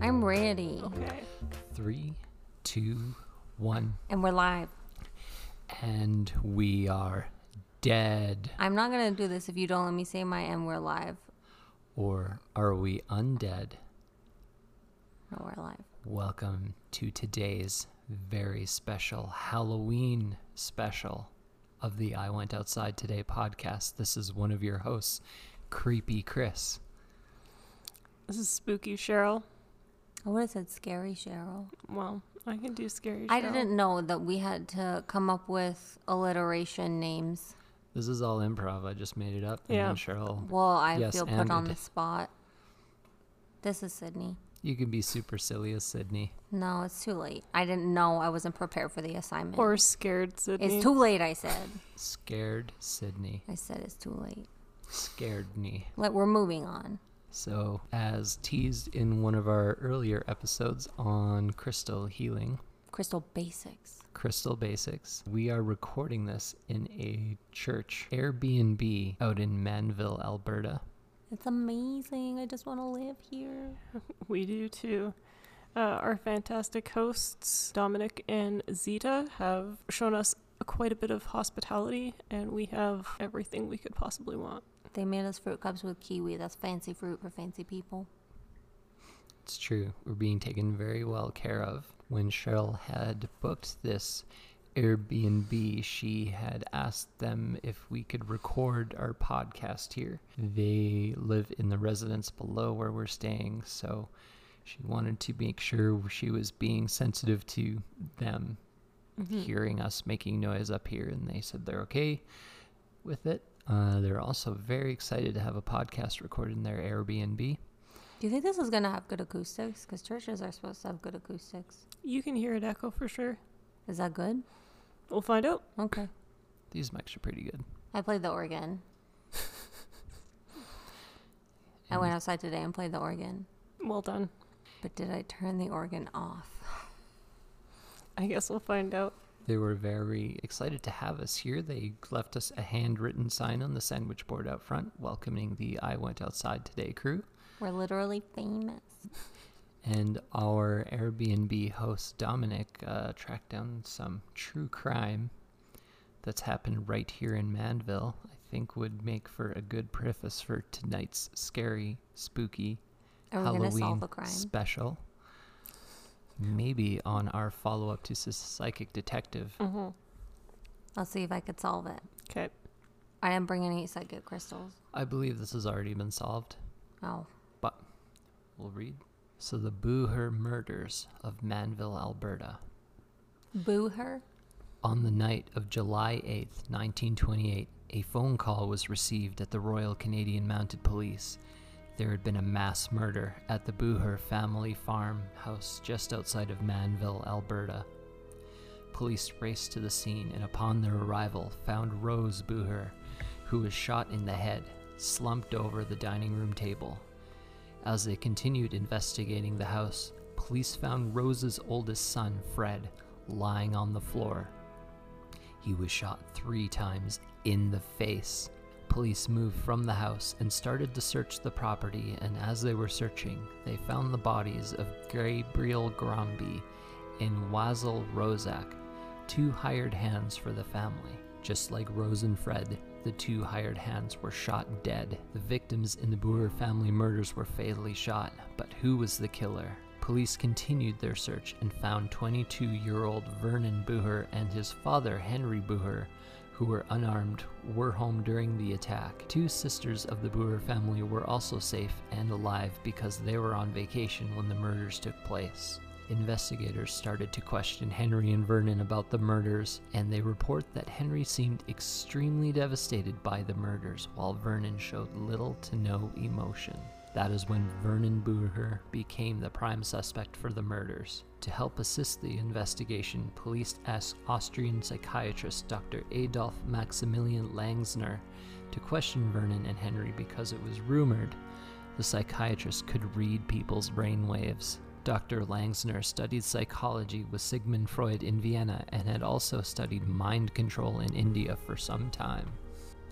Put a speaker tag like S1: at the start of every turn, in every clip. S1: I'm ready.
S2: Okay.
S3: Three, two, one,
S1: And we're live.
S3: and we are dead.
S1: I'm not going to do this if you don't let me say my and we're live.
S3: Or are we undead?
S1: No, we're live.
S3: Welcome to today's very special Halloween special of the I Went Outside Today podcast. This is one of your hosts, Creepy Chris.
S2: This is spooky Cheryl.
S1: I would have said scary, Cheryl.
S2: Well, I can do scary Cheryl.
S1: I didn't know that we had to come up with alliteration names.
S3: This is all improv. I just made it up. and
S2: Yeah.
S3: then Cheryl,
S1: Well, I
S3: Yes,
S1: feel put on
S3: and-
S1: the spot. This is Sydney.
S3: you can be supercilious, Sydney.
S1: No, it's too late. I didn't know I wasn't prepared for the assignment.
S2: Or scared Sydney.
S1: it's too late, I said.
S3: Scared Sydney.
S1: I said it's too late.
S3: Scared me.
S1: Like, we're moving on.
S3: So, as teased in one of our earlier episodes on crystal healing,
S1: Crystal basics.
S3: crystal basics, we are recording this in a church Airbnb out in Manville, Alberta.
S1: It's amazing. I just want to live here.
S2: we do too. Uh, our fantastic hosts, Dominic and Zita, have shown us quite a bit of hospitality, and we have everything we could possibly want.
S1: They made us fruit cups with kiwi. That's fancy fruit for fancy people.
S3: It's true, we're being taken very well care of. When Cheryl had booked this Airbnb, she had asked them if we could record our podcast here. They live in the residence below where we're staying, so she wanted to make sure she was being sensitive to them
S2: Hmm.
S1: Mm-hmm.
S3: hearing us making noise up here, and they said they're okay with it. Uh, they're also very excited to have a podcast recorded in their Airbnb.
S1: Do you think this is going to have good acoustics? Because churches are supposed to have good acoustics.
S2: You can hear it echo for sure.
S1: Is that good?
S2: We'll find out.
S1: Okay.
S3: These mics are pretty good.
S1: I played the organ. I
S3: Mm-hmm.
S1: went outside today and played the organ.
S2: Well done.
S1: But did I turn the organ off?
S2: I guess we'll find out.
S3: They were very excited to have us here. They left us a handwritten sign on the sandwich board out front welcoming the I Went Outside Today crew.
S1: We're literally famous.
S3: And our Airbnb host, Dominic, uh, tracked down some true crime that's happened right here in Manville. I think would make for a good preface for tonight's scary, spooky
S1: Are we going to
S3: Halloween
S1: solve a crime?
S3: special. Maybe on our follow up to Psy- Psychic Detective.
S1: Mm-hmm. I'll see if I could solve it.
S2: Okay.
S1: I am bringing eight psychic crystals.
S3: I believe this has already been solved.
S1: Oh,
S3: But we'll read. So the Booher murders of Manville, Alberta.
S1: boo her.
S3: On the night of July 8th, 1928, a phone call was received at the Royal Canadian Mounted Police. There had been a mass murder at the Booher family farm house just outside of Manville, Alberta. Police raced to the scene and upon their arrival found Rose Booher, who was shot in the head, slumped over the dining room table. As they continued investigating the house, police found Rose's oldest son, Fred, lying on the floor. He was shot three times in the face. Police moved from the house and started to search the property, and as they were searching, they found the bodies of Gabriel Gromby and Wazel Rozak, two hired hands for the family. Just like Rose and Fred, the two hired hands were shot dead. The victims in the Boer family murders were fatally shot, but who was the killer? Police continued their search and found 22 year old Vernon Buher and his father Henry Buher, who were unarmed, were home during the attack. Two sisters of the Buher family were also safe and alive because they were on vacation when the murders took place. Investigators started to question Henry and Vernon about the murders, and they report that Henry seemed extremely devastated by the murders, while Vernon showed little to no emotion. That is when Vernon Buher became the prime suspect for the murders. To help assist the investigation, police asked Austrian psychiatrist Dr. Adolf Maximilian Langsner to question Vernon and Henry because it was rumored the psychiatrist could read people's brainwaves. Dr. Langsner studied psychology with Sigmund Freud in Vienna and had also studied mind control in India for some time.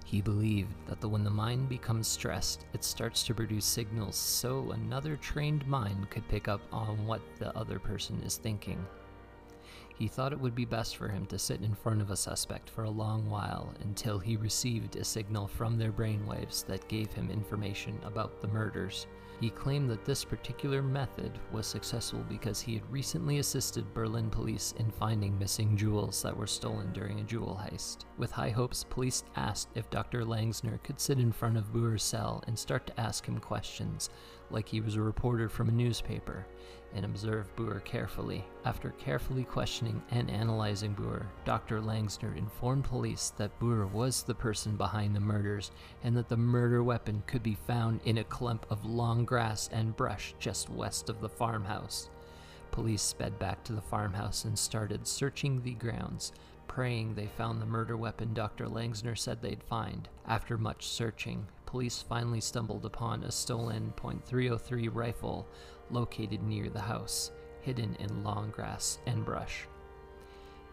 S3: He believed that the, when the mind becomes stressed, it starts to produce signals so another trained mind could pick up on what the other person is thinking. He thought it would be best for him to sit in front of a suspect for a long while until he received a signal from their brainwaves that gave him information about the murders. He claimed that this particular method was successful because he had recently assisted Berlin police in finding missing jewels that were stolen during a jewel heist. With high hopes, police asked if Dr. Langsner could sit in front of Boer's cell and start to ask him questions, like he was a reporter from a newspaper, and observe Boer carefully. After carefully questioning and analyzing Boer, Dr. Langsner informed police that Boer was the person behind the murders and that the murder weapon could be found in a clump of long grass and brush just west of the farmhouse. Police sped back to the farmhouse and started searching the grounds, praying they found the murder weapon Dr. Langsner said they'd find. After much searching, police finally stumbled upon a stolen .303 rifle located near the house, hidden in long grass and brush.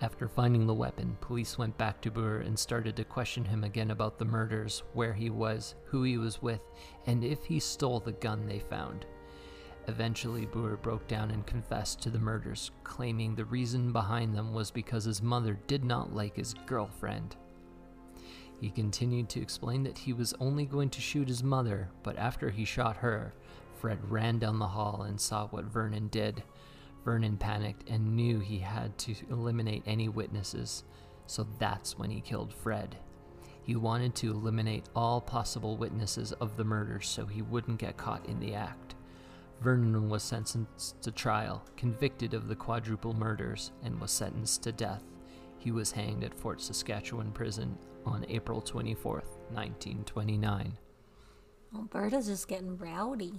S3: After finding the weapon, police went back to Boer and started to question him again about the murders, where he was, who he was with, and if he stole the gun they found. Eventually, Boer broke down and confessed to the murders, claiming the reason behind them was because his mother did not like his girlfriend. He continued to explain that he was only going to shoot his mother, but after he shot her, Fred ran down the hall and saw what Vernon did. Vernon panicked and knew he had to eliminate any witnesses, so that's when he killed Fred. He wanted to eliminate all possible witnesses of the murder so he wouldn't get caught in the act. Vernon was sentenced to trial, convicted of the quadruple murders, and was sentenced to death. He was hanged at Fort Saskatchewan Prison on April 24th, 1929.
S1: Alberta's just getting rowdy.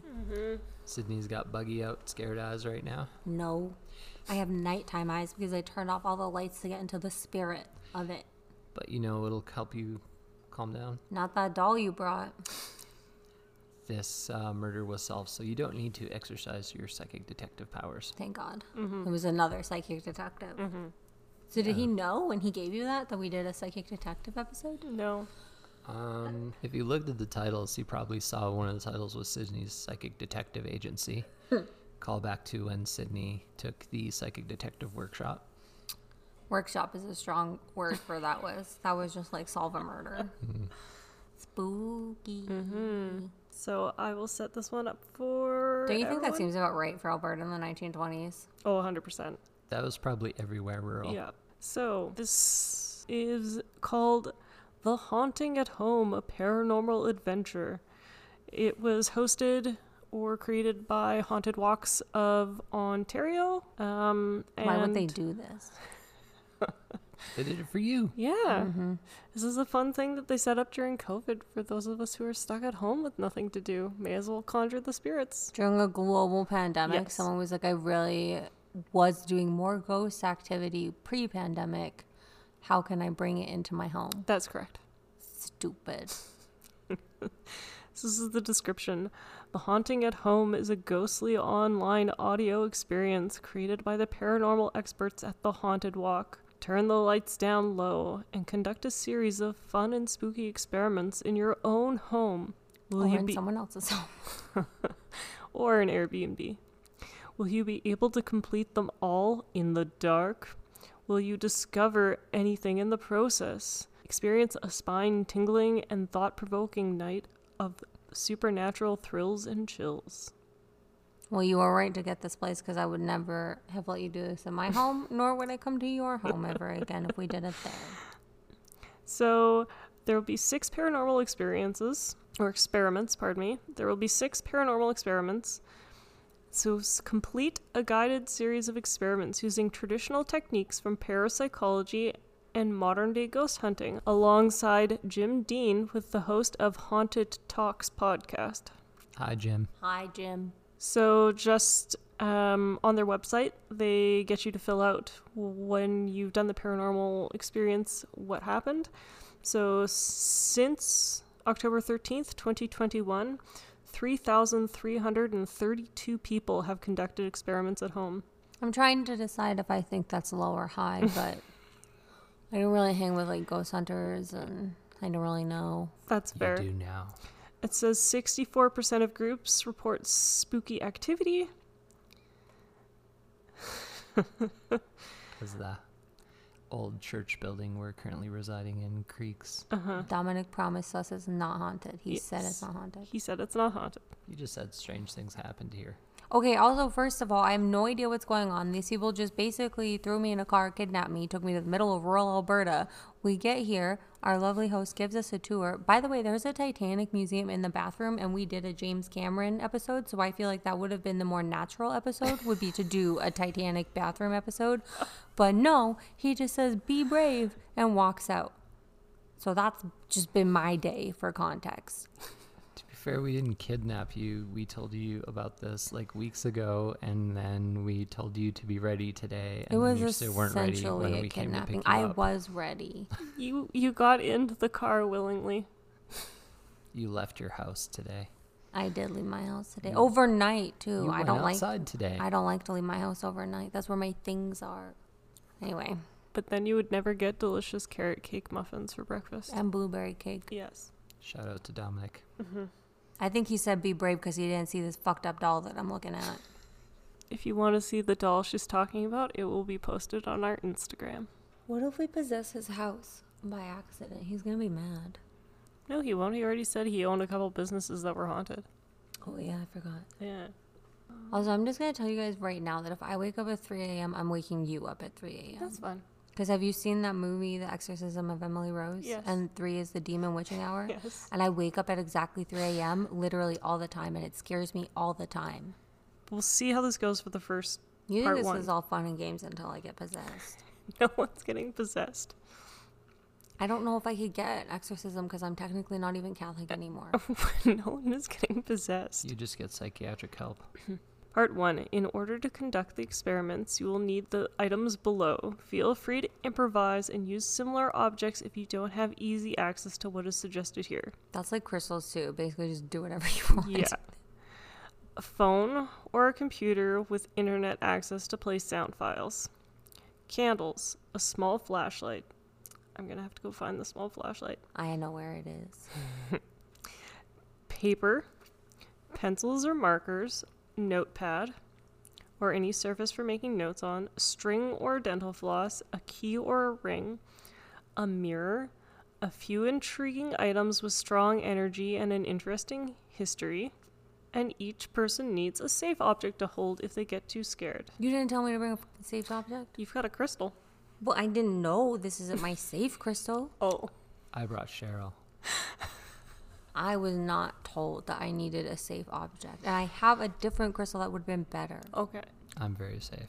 S3: Sydney's got buggy out, scared eyes right now.
S1: No. I have nighttime eyes because I turned off all the lights to get into the spirit of it.
S3: But you know, it'll help you calm down.
S1: Not that doll you brought.
S3: This uh, murder was solved, so you don't need to exercise your psychic detective powers.
S1: Thank God.
S2: Mm-hmm.
S1: It was another psychic detective. So did he know when he gave you that that we did a psychic detective episode?
S2: No.
S3: Um, if you looked at the titles, you probably saw one of the titles was Sydney's Psychic Detective Agency.
S2: Hmm.
S3: Call back to when Sydney took the Psychic Detective Workshop.
S1: Workshop is a strong word for that was. That was just like solve a murder. Spooky.
S2: Mm-hmm. So I will set this one up for.
S1: Don't you think e- that
S2: everyone?
S1: seems about right for Alberta in the 1920s?
S2: Oh, 100%.
S3: That was probably everywhere rural.
S2: Yeah. So this is called The Haunting at Home, a paranormal adventure. It was hosted or created by Haunted Walks of Ontario. Um, and
S1: Why would they do this?
S3: They did it for you.
S2: Yeah.
S1: Mm-hmm.
S2: This is a fun thing that they set up during COVID for those of us who are stuck at home with nothing to do. May as well conjure the spirits.
S1: During a global pandemic,
S2: Yes.
S1: someone was like, I really was doing more ghost activity pre pandemic. How can I bring it into my home?
S2: That's correct.
S1: Stupid.
S2: This is the description. The Haunting at Home is a ghostly online audio experience created by the paranormal experts at The Haunted Walk. Turn the lights down low and conduct a series of fun and spooky experiments in your own home. Will
S1: or
S2: you
S1: in
S2: be
S1: someone else's home.
S2: or an Airbnb? Will you be able to complete them all in the dark? Will you discover anything in the process? Experience a spine tingling and thought provoking night of supernatural thrills and chills.
S1: Well, you were right to get this place because I would never have let you do this in my home, nor would I come to your home ever again if we did it there.
S2: So there will be six paranormal experiences, or experiments, pardon me. There will be six paranormal experiments. So s- complete a guided series of experiments using traditional techniques from parapsychology and modern day ghost hunting, alongside Jim Dean with the host of Haunted Talks podcast.
S3: Hi, Jim.
S1: Hi, Jim.
S2: So just um, on their website, they get you to fill out when you've done the paranormal experience, what happened. So since October 13th, 2021, 3,332 people have conducted experiments at home.
S1: I'm trying to decide if I think that's low or high, but I don't really hang with like ghost hunters and I don't really know.
S2: That's
S3: You
S2: fair.
S3: do now.
S2: It says 64% of groups report spooky activity.
S3: Because the old church building we're currently residing in creaks.
S2: Oh.
S1: Dominic promised us it's not haunted. He said
S2: Yes.
S1: it's not haunted.
S2: He said it's not haunted.
S3: You just said strange things happened here.
S1: Okay, also, first of all, I have no idea what's going on. These people just basically threw me in a car, kidnapped me, took me to the middle of rural Alberta. We get here, our lovely host gives us a tour. By the way, there's a Titanic museum in the bathroom, and we did a James Cameron episode, so I feel like that would have been the more natural episode, would be to do a Titanic bathroom episode. But no, he just says, be brave, and walks out. So that's just been my day for context.
S3: To be fair, we didn't kidnap you. We told you about this like weeks ago, and then we told you to be ready today. And
S1: It was
S3: then you still weren't ready
S1: essentially
S3: when
S1: a
S3: we came to pick
S1: kidnapping.
S3: you
S1: I
S3: up.
S1: was ready.
S2: You you got into the car willingly.
S3: you left your house today.
S1: I did leave my house today. Overnight too.
S3: Mm. you
S1: I
S3: went
S1: don't
S3: outside
S1: like
S3: today.
S1: I don't like to leave my house overnight. That's where my things are. Anyway,
S2: But then you would never get delicious carrot cake muffins for breakfast.
S1: and blueberry cake.
S2: Yes.
S3: Shout out to Dominic.
S1: I think he said be brave because he didn't see this fucked up doll that I'm looking at.
S2: If you want to see the doll she's talking about, it will be posted on our Instagram.
S1: What if we possess his house by accident? He's gonna be mad.
S2: No, he won't. He already said he owned a couple businesses that were haunted.
S1: Oh yeah, I forgot.
S2: Yeah.
S1: Also, I'm just gonna tell you guys right now that if I wake up at 3 a.m., I'm waking you up at 3 a.m.
S2: That's fun.
S1: Because have you seen that movie, The Exorcism of Emily Rose?
S2: Yes.
S1: And three is the demon witching hour.
S2: Yes.
S1: And I wake up at exactly 3 a.m. literally all the time, and it scares me all the time.
S2: We'll see how this goes for the first
S1: You think
S2: part
S1: this
S2: one.
S1: is all fun and games until I get possessed.
S2: no one's getting possessed.
S1: I don't know if I could get exorcism because I'm technically not even Catholic anymore.
S2: Oh. no one is getting possessed.
S3: You just get psychiatric help.
S2: Part 1. In order to conduct the experiments, you will need the items below. Feel free to improvise and use similar objects if you don't have easy access to what is suggested here.
S1: That's like crystals too. Basically, just do whatever you want.
S2: Yeah. A phone or a computer with internet access to play sound files. Candles, a small flashlight. I'm going to have to go find the small flashlight.
S1: I know where it is.
S2: Paper, pencils or markers, notepad, or any surface for making notes on, string or dental floss, a key or a ring, a mirror, a few intriguing items with strong energy and an interesting history, and each person needs a safe object to hold if they get too scared.
S1: You didn't tell me to bring a fucking safe object?
S2: You've got a crystal.
S1: Well, I didn't know this isn't my safe crystal.
S2: Oh.
S3: I brought Cheryl.
S1: I was not told that I needed a safe object. And I have a different crystal that would have been better.
S2: Okay.
S3: I'm very safe.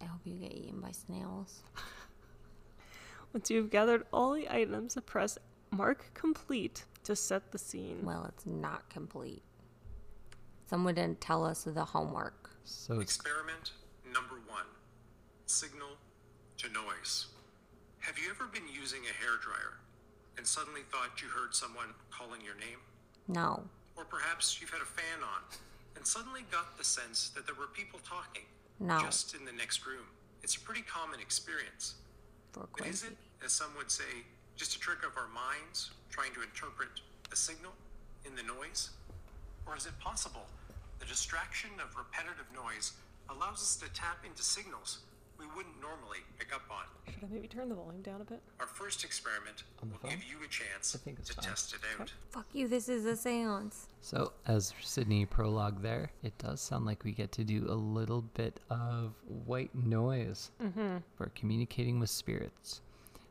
S1: I hope you get eaten by snails.
S2: Once you've gathered all the items, press mark complete to set the scene.
S1: Well, it's not complete. Someone didn't tell us the homework.
S3: So it's
S4: Experiment number one signal to noise. Have you ever been using a hairdryer and suddenly thought you heard someone calling your name?
S1: No.
S4: Or perhaps you've had a fan on and suddenly got the sense that there were people talking
S1: No.
S4: just in the next room. It's a pretty common experience.
S1: For
S4: But is
S1: crazy.
S4: it, as some would say, just a trick of our minds trying to interpret a signal in the noise? Or is it possible the distraction of repetitive noise allows us to tap into signals we wouldn't normally pick up on?
S2: Should I maybe turn the volume down a bit?
S4: Our first experiment
S3: On the
S4: will give
S3: phone?
S4: you a chance
S3: I think it's
S4: to
S3: fine.
S4: test it out.
S1: Fuck you, this is a seance.
S3: So, as Sydney prologue there, it does sound like we get to do a little bit of white noise for communicating with spirits.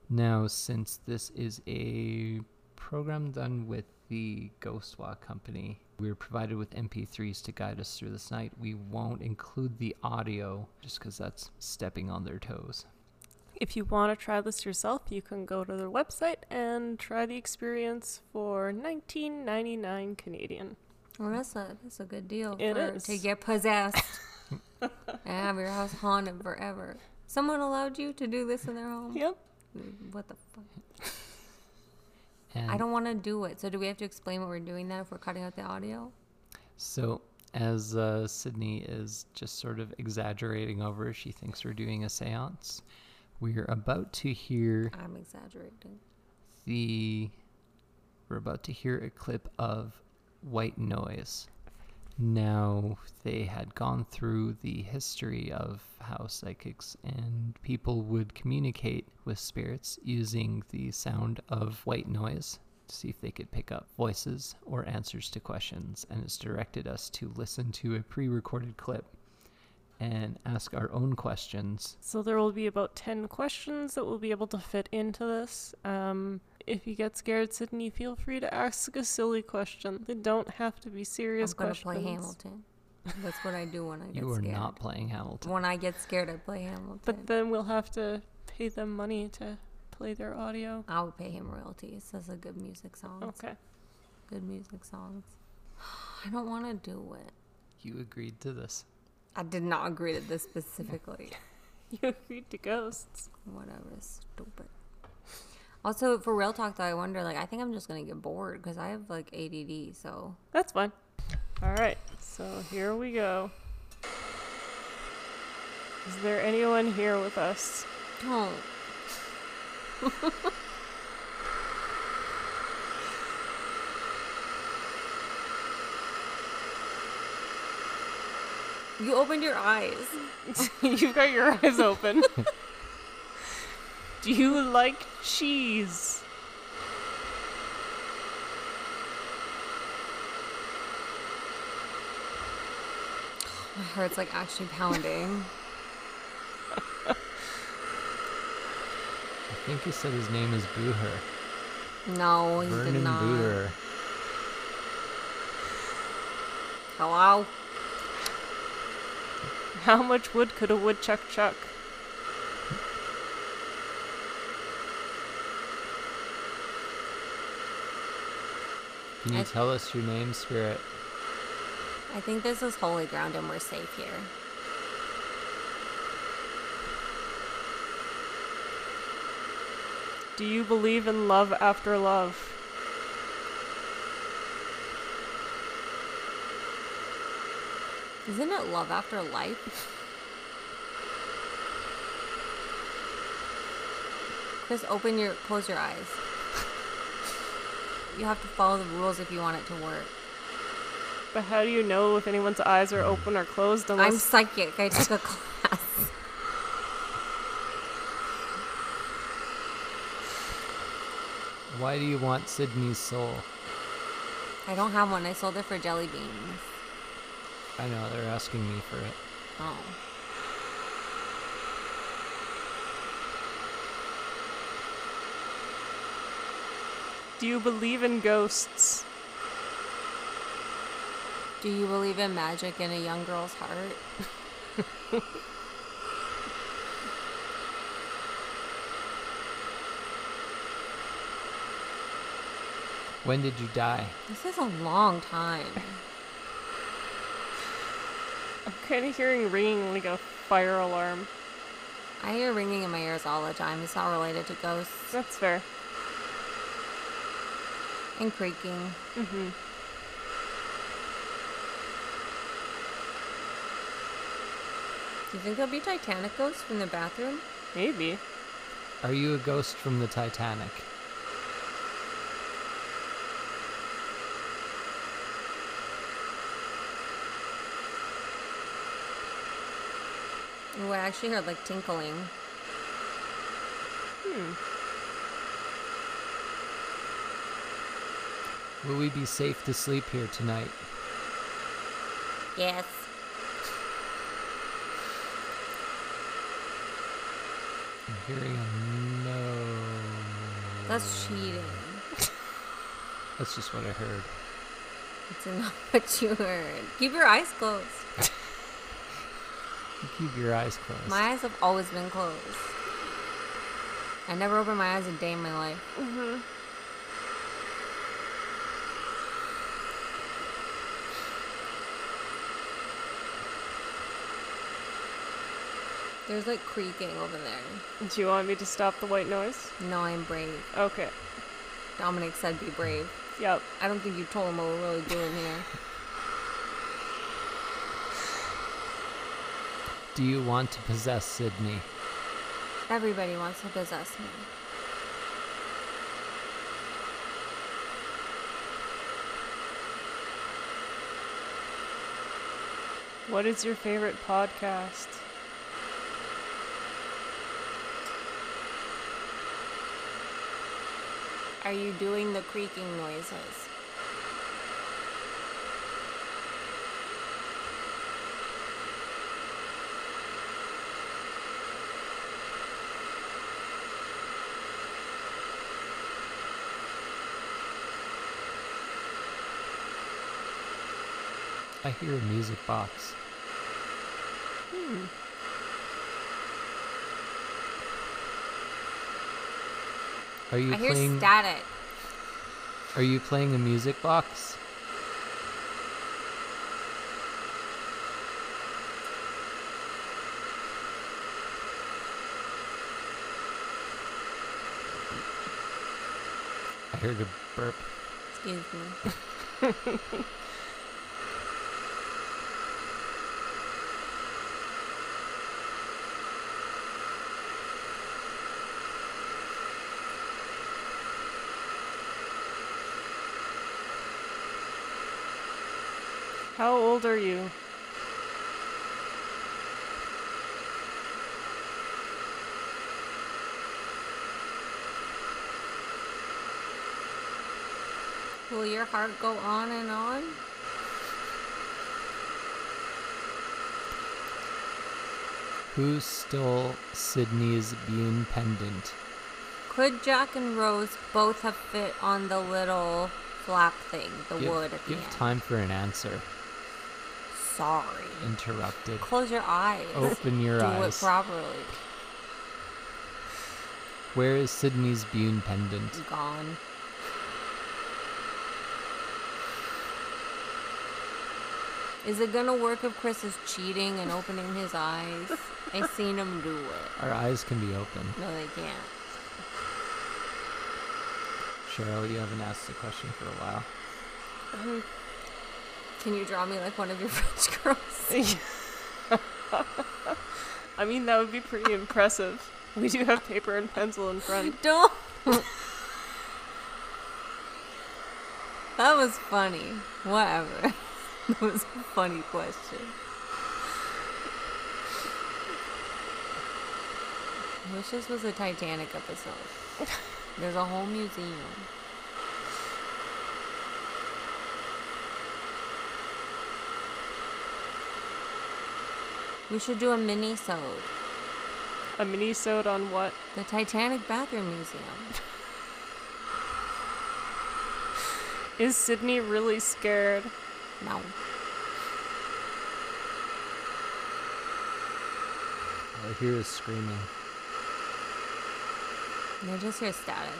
S3: Now, since this is a program done with the Ghost Walk Company, we were provided with MP3s to guide us through this night. We won't include the audio just because that's stepping on their toes.
S2: If you want to try this yourself, you can go to their website and try the experience for 19.99 Canadian.
S1: Well, that's a, that's a good deal
S2: It
S1: for,
S2: is.
S1: to get possessed and have your house haunted forever. Someone allowed you to do this in their home?
S2: Yep.
S1: What the fuck?
S3: And
S1: I don't want to do it. So, do we have to explain what we're doing then if we're cutting out the audio?
S3: So, as uh, Sydney is just sort of exaggerating over, she thinks we're doing a seance. We're about to hear
S1: I'm exaggerating.
S3: the. We're about to hear a clip of White Noise. Now, they had gone through the history of how psychics and people would communicate with spirits using the sound of white noise to see if they could pick up voices or answers to questions. And it's directed us to listen to a pre recorded clip and ask our own questions
S2: So there will be about 10 questions that we'll be able to fit into this. Um, if you get scared, Sydney, feel free to ask a silly question. They don't have to be serious
S1: I'm gonna
S2: questions.
S1: play Hamilton. That's what I do when I get
S3: You are
S1: scared.
S3: not playing Hamilton.
S1: When I get scared, I play Hamilton.
S2: But then we'll have to pay them money to play their audio.
S1: I would pay him royalties. Those are good music songs.
S2: Okay.
S1: Good music songs. I don't want to do it.
S3: You agreed to this.
S1: I did not agree to this specifically.
S2: You agreed to ghosts.
S1: Whatever, stupid. Also, for real talk though, I wonder. Like, I think I'm just gonna get bored because I have like ADD. So
S2: That's fine. All right. So here we go. Is there anyone here with us?
S1: don't. you opened your eyes.
S2: You've got your eyes open. Do you like cheese?
S1: My heart's like actually pounding.
S3: I think he said his name is Booher.
S1: No, he did
S3: Vernon
S1: not.
S3: Booher.
S1: Hello.
S2: How much wood could a woodchuck chuck?
S3: Can you
S1: I-
S3: tell us your name, Spirit?
S1: I think this is holy ground and we're safe here.
S2: Do you believe in love after love?
S1: Isn't it love after life? Chris, open your close your eyes. You have to follow the rules if you want it to work.
S2: But how do you know if anyone's eyes are open or closed
S1: I'm
S2: unless
S1: psychic. I took a class.
S3: Why do you want Sydney's soul?
S1: I don't have one. I sold it for jelly beans.
S3: I know, they're asking me for it.
S1: Oh.
S2: do you believe in ghosts?
S1: Do you believe in magic in a young girl's heart?
S3: When did you die?
S1: This is a long time.
S2: I'm kind of hearing ringing like a fire alarm.
S1: I hear ringing in my ears all the time. It's not related to ghosts
S2: That's fair.
S1: and creaking. Do you think there'll be Titanic ghosts from the bathroom?
S2: Maybe.
S3: Are you a ghost from the Titanic?
S1: Ooh, I actually heard like tinkling.
S3: Will we be safe to sleep here tonight?
S1: Yes.
S3: I'm hearing a no.
S1: That's cheating.
S3: That's just what I heard.
S1: It's not what you heard. Keep your eyes closed.
S3: You keep your eyes closed.
S1: My eyes have always been closed. I never opened my eyes a day in my life. Mm-hmm. There's like creaking over there.
S2: Do you want me to stop the white noise?
S1: No, I'm brave.
S2: Okay.
S1: Dominic said be brave.
S2: Yep.
S1: I don't think you told him what we're really doing here.
S3: Do you want to possess Sydney?
S1: Everybody wants to possess me.
S2: What is your favorite podcast?
S1: Are you doing the creaking noises?
S3: I hear a music box.
S1: Hmm.
S3: Are you
S1: I hear
S3: playing?
S1: static.
S3: Are you playing a music box? I heard a burp.
S1: Excuse me.
S2: How old are you?
S1: Will your heart go on and on?
S3: Who stole Sydney's bean pendant?
S1: Could Jack and Rose both have fit on the little flap thing, the
S3: Give,
S1: wood at the
S3: give
S1: end?
S3: time for an answer.
S1: Sorry.
S3: Interrupted.
S1: Close your eyes.
S3: Open your
S1: Do
S3: eyes.
S1: it properly.
S3: Where is Sydney's bean pendant?
S1: Gone. Is it gonna work if Chris is cheating and opening his eyes? I seen him do it.
S3: Our eyes can be open.
S1: No, they can't.
S3: Cheryl, you haven't asked a question for a while.
S1: Can you draw me like one of your French girls?
S2: I mean, that would be pretty impressive. We do have paper and pencil in front.
S1: Don't. that was funny. Whatever. that was a funny question. I wish this was a Titanic episode. There's a whole museum. We should do a mini-sode.
S2: A mini on what?
S1: The Titanic Bathroom Museum.
S2: Is Sydney really scared?
S1: No.
S3: All I hear is screaming.
S1: They're just here static.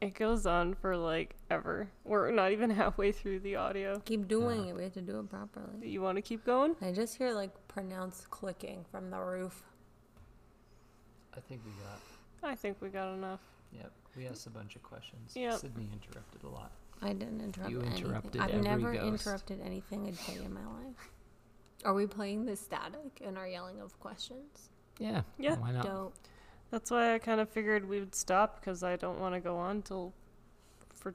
S2: It goes on for like ever. We're not even halfway through the audio.
S1: Keep doing it. We have to do it properly.
S2: You want to keep going?
S1: I just hear like pronounced clicking from the roof.
S3: I think we got.
S2: I think we got enough.
S3: Yep. We asked a bunch of questions.
S2: Yep.
S3: Sydney interrupted a lot.
S1: I didn't interrupt.
S3: You interrupted
S1: anything. I've
S3: every
S1: never
S3: ghost.
S1: interrupted anything a day in my life. Are we playing the static and our yelling of questions?
S3: Yeah.
S2: Yeah.
S3: Why not?
S1: Dope.
S2: That's why I kind of figured we would stop because I don't want to go on till for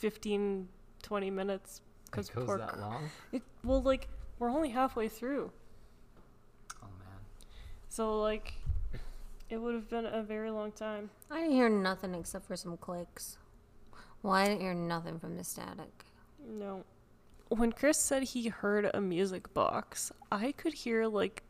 S2: 15, 20 minutes. Because
S3: It goes
S2: poor
S3: that
S2: cr-
S3: long.
S2: It, well, like we're only halfway through,
S3: Oh man.
S2: so like it would have been a very long time.
S1: I didn't hear nothing except for some clicks. Well, I didn't hear nothing from the static.
S2: No. When Chris said he heard a music box, I could hear like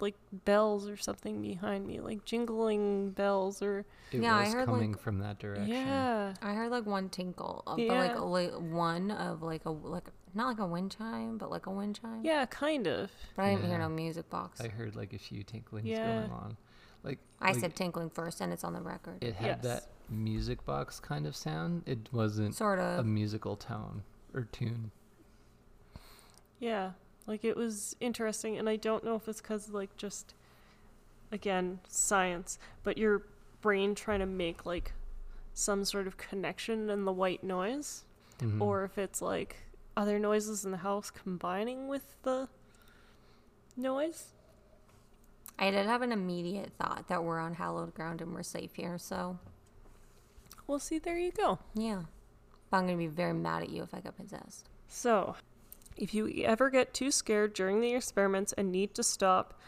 S2: like bells or something behind me, like jingling bells or
S3: It
S1: Yeah, I
S3: was
S1: heard, like-
S3: coming from that direction.
S2: yeah.
S1: I heard like one tinkle, of,
S2: Yeah.
S1: but like, like one of like a like not like a wind chime, but like a wind chime.
S2: Yeah, kind of.
S1: But I didn't hear
S3: Yeah.
S1: no music box.
S3: I heard like a few tinklings
S2: Yeah.
S3: going on. Like
S1: I
S3: like,
S1: said tinkling first, and it's on the record.
S3: it had
S2: Yes.
S3: that music box kind of sound. It wasn't
S1: sort
S3: a
S1: of.
S3: musical tone or tune.
S2: Yeah. Like it was interesting and I don't know if it's cuz like just again, science, but your brain trying to make like some sort of connection in the white noise
S3: Mhm.
S2: or if it's like other noises in the house combining with the noise.
S1: I did have an immediate thought that we're on hallowed ground and we're safe here. So
S2: Well, see, there you go.
S1: yeah, but I'm gonna be very mad at you if I get possessed.
S2: So, If you ever get too scared during the experiments and need to stop,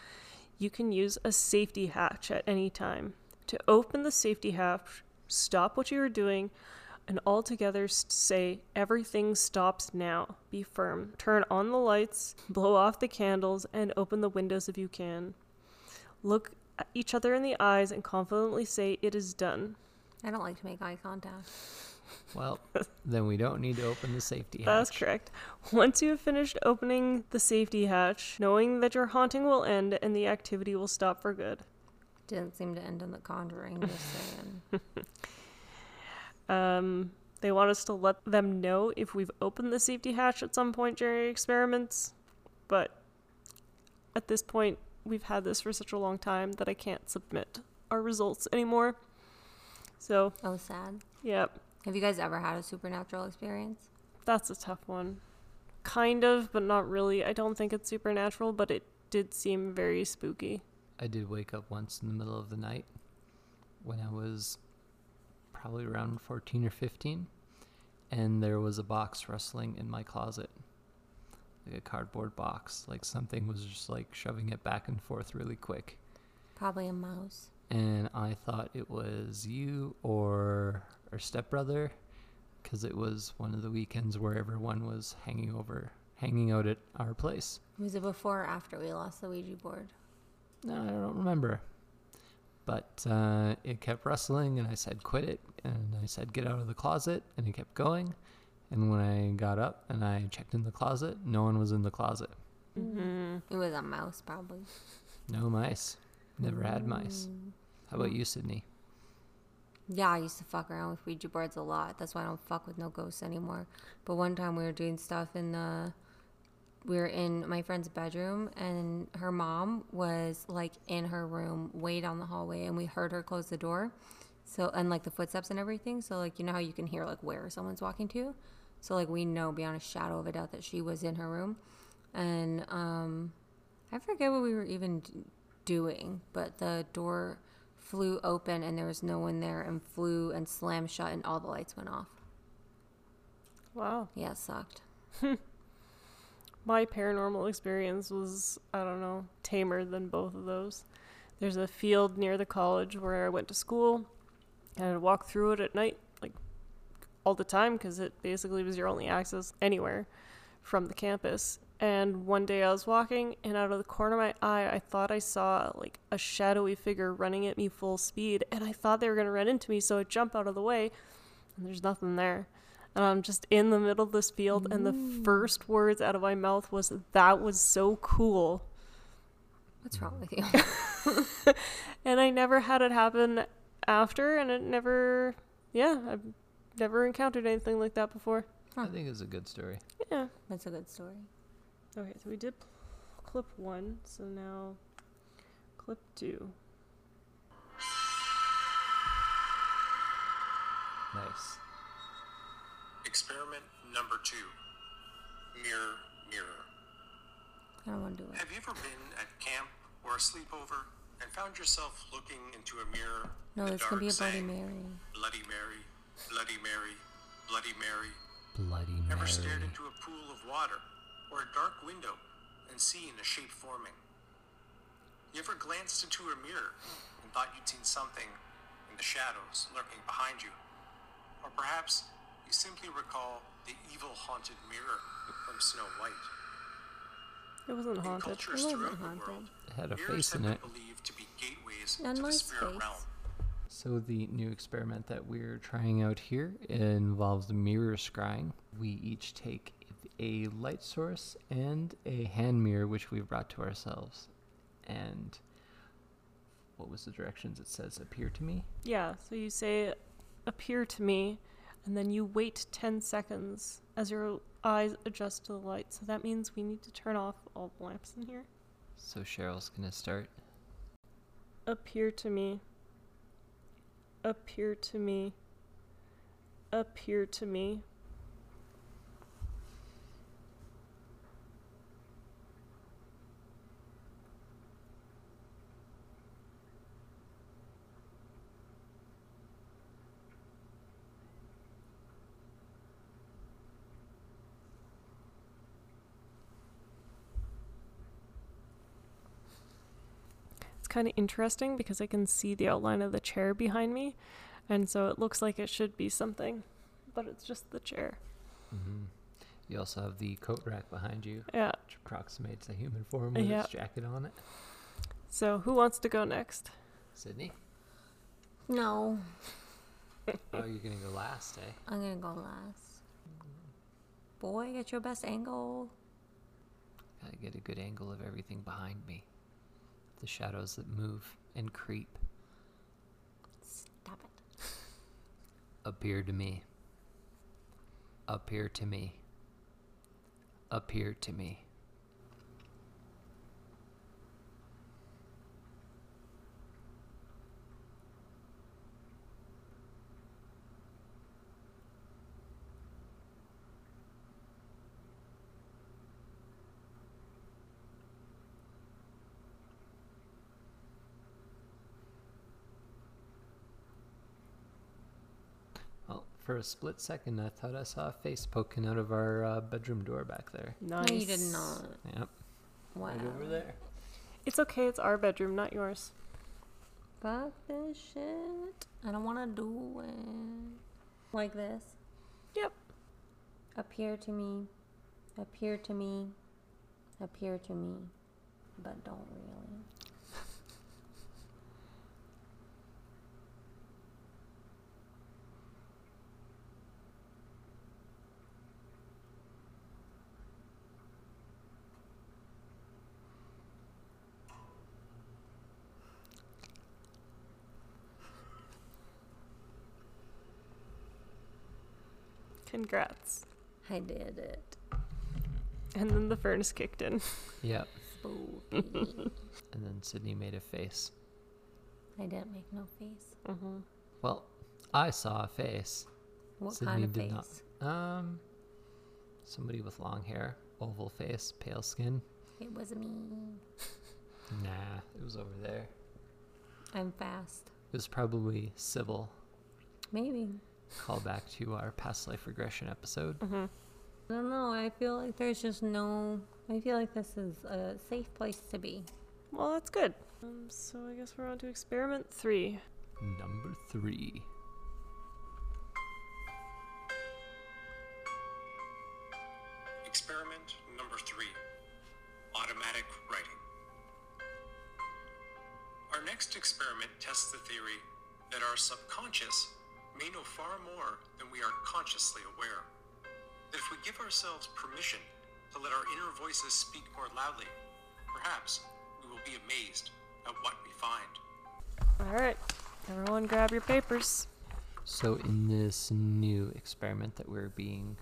S2: you can use a safety hatch at any time. To open the safety hatch, stop what you are doing, and all together s- say, Everything stops now. Be firm. Turn on the lights, blow off the candles, and open the windows if you can. Look at each other in the eyes and confidently say, It is done.
S1: I don't like to make eye contact.
S3: Well, then we don't need to open the safety hatch.
S2: That's correct. Once you have finished opening the safety hatch, knowing that your haunting will end and the activity will stop for good.
S1: Didn't seem to end in the conjuring, just saying.
S2: Um, they want us to let them know if we've opened the safety hatch at some point during experiments, but at this point, we've had this for such a long time that I can't submit our results anymore. So,
S1: Oh, sad.
S2: yep,
S1: Have you guys ever had a supernatural experience?
S2: that's a tough one. Kind of, but not really. I don't think it's supernatural, but it did seem very spooky.
S3: I did wake up once in the middle of the night when I was probably around 14 or 15, and there was a box rustling in my closet. Like a cardboard box, like something was just like shoving it back and forth really quick.
S1: Probably a mouse.
S3: And I thought it was you or or stepbrother because it was one of the weekends where everyone was hanging over, hanging out at our place.
S1: Was it before or after we lost the Ouija board?
S3: No, I don't remember. But uh, it kept rustling, and I said, quit it. And I said, get out of the closet. And it kept going. And when I got up and I checked in the closet, no one was in the closet.
S1: It was a mouse, probably.
S3: No mice. Never had mice. How about you, Sydney?
S1: Yeah, I used to fuck around with Ouija boards a lot. That's why I don't fuck with no ghosts anymore. But one time we were doing stuff in the. We were in my friend's bedroom, and her mom was like in her room, way down the hallway, and we heard her close the door. So, and like the footsteps and everything. So, like, you know how you can hear like where someone's walking to? So, like, we know beyond a shadow of a doubt that she was in her room. And, um, I forget what we were even d- doing, but the door flew open and there was no one there and flew and slammed shut and all the lights went off.
S2: Wow.
S1: Yeah, it sucked.
S2: my paranormal experience was i don't know tamer than both of those there's a field near the college where i went to school and i'd walk through it at night like all the time because it basically was your only access anywhere from the campus and one day i was walking and out of the corner of my eye i thought i saw like a shadowy figure running at me full speed and i thought they were going to run into me so i jump out of the way and there's nothing there. And I'm um, just in the middle of this field, and the first words out of my mouth was, That was so cool.
S1: What's wrong with you?
S2: And I never had it happen after, and it never, yeah, I've never encountered anything like that before.
S3: I think it's a good story.
S2: Yeah.
S1: That's a good story.
S2: Okay, so we did p- clip one, so now clip two.
S3: Nice.
S4: Experiment number two Mirror, Mirror.
S1: I don't want to do it.
S4: Have you ever been at camp or a sleepover and found yourself looking into a mirror?
S1: No,
S4: in the
S1: it's going to be a
S4: dark
S1: Bloody
S4: saying,
S1: Mary.
S4: Bloody Mary, Bloody Mary, Bloody Mary.
S3: Bloody Mary.
S4: Ever stared into a pool of water or a dark window and seen a shape forming? You ever glanced into a mirror and thought you'd seen something in the shadows lurking behind you? Or perhaps you simply recall the evil haunted mirror from Snow White.
S2: It wasn't
S4: In
S2: haunted.
S4: cultures
S1: wasn't
S4: throughout
S1: haunted.
S4: the world,
S3: It had a
S4: mirrors
S3: face
S4: have
S3: in
S4: been
S3: it.
S4: believed to be gateways
S1: A
S4: to the
S1: nice
S4: spirit
S1: face.
S4: realm.
S3: So the new experiment that we're trying out here involves mirror scrying. We each take a light source and a hand mirror which we've brought to ourselves. And what was the directions it says appear to me?
S2: Yeah, so you say, Appear to me, and then you wait 10 seconds as your eyes adjust to the light. So that means we need to turn off all the lamps in here.
S3: So Cheryl's going to start.
S2: Appear to me. Appear to me. Appear to me. kind of interesting because I can see the outline of the chair behind me, and so it looks like it should be something, but it's just the chair.
S3: You also have the coat rack behind you,
S2: Yeah.
S3: which approximates a human form with
S2: Yeah.
S3: his jacket on it.
S2: So who wants to go next?
S3: Sydney,
S1: No,
S3: oh, you're gonna go last, eh?
S1: I'm gonna go last. Boy, get your best angle.
S3: Gotta get a good angle of everything behind me. The shadows that move and creep
S1: Stop it.
S3: appear to me. Appear to me. Appear to me. Well, for a split second, I thought I saw a face poking out of our uh, bedroom door back there.
S2: Nice.
S1: No, you did not.
S3: Yep.
S1: Wow.
S3: there.
S2: It's okay. It's our bedroom, not yours.
S1: Fuck this shit. I don't want to do it. Like this.
S2: Yep.
S1: Appear to me. Appear to me. Appear to me. But don't really.
S2: Congrats.
S1: I did it.
S2: And then the furnace kicked in.
S3: Yep.
S1: Spooky.
S3: And then Sydney made a face.
S1: I didn't make no face.
S3: Well, I saw a face.
S1: What
S3: Sydney
S1: kind of
S3: did
S1: face?
S3: not. Um, somebody with long hair, oval face, pale skin.
S1: It was me.
S3: Nah, it was over there.
S1: I'm fast.
S3: It was probably Sybil.
S1: Maybe.
S3: Call back to our past life regression episode.
S1: I don't know. I feel like there's just no. I feel like this is a safe place to be.
S2: Well, that's good. Um, so I guess we're on to experiment three.
S3: Number three.
S4: Experiment number three automatic writing. Our next experiment tests the theory that our subconscious may know far more than we are consciously aware. That if we give ourselves permission to let our inner voices speak more loudly, perhaps we will be amazed at what we find.
S2: All right. Everyone grab your papers.
S3: So, in this new experiment that we're being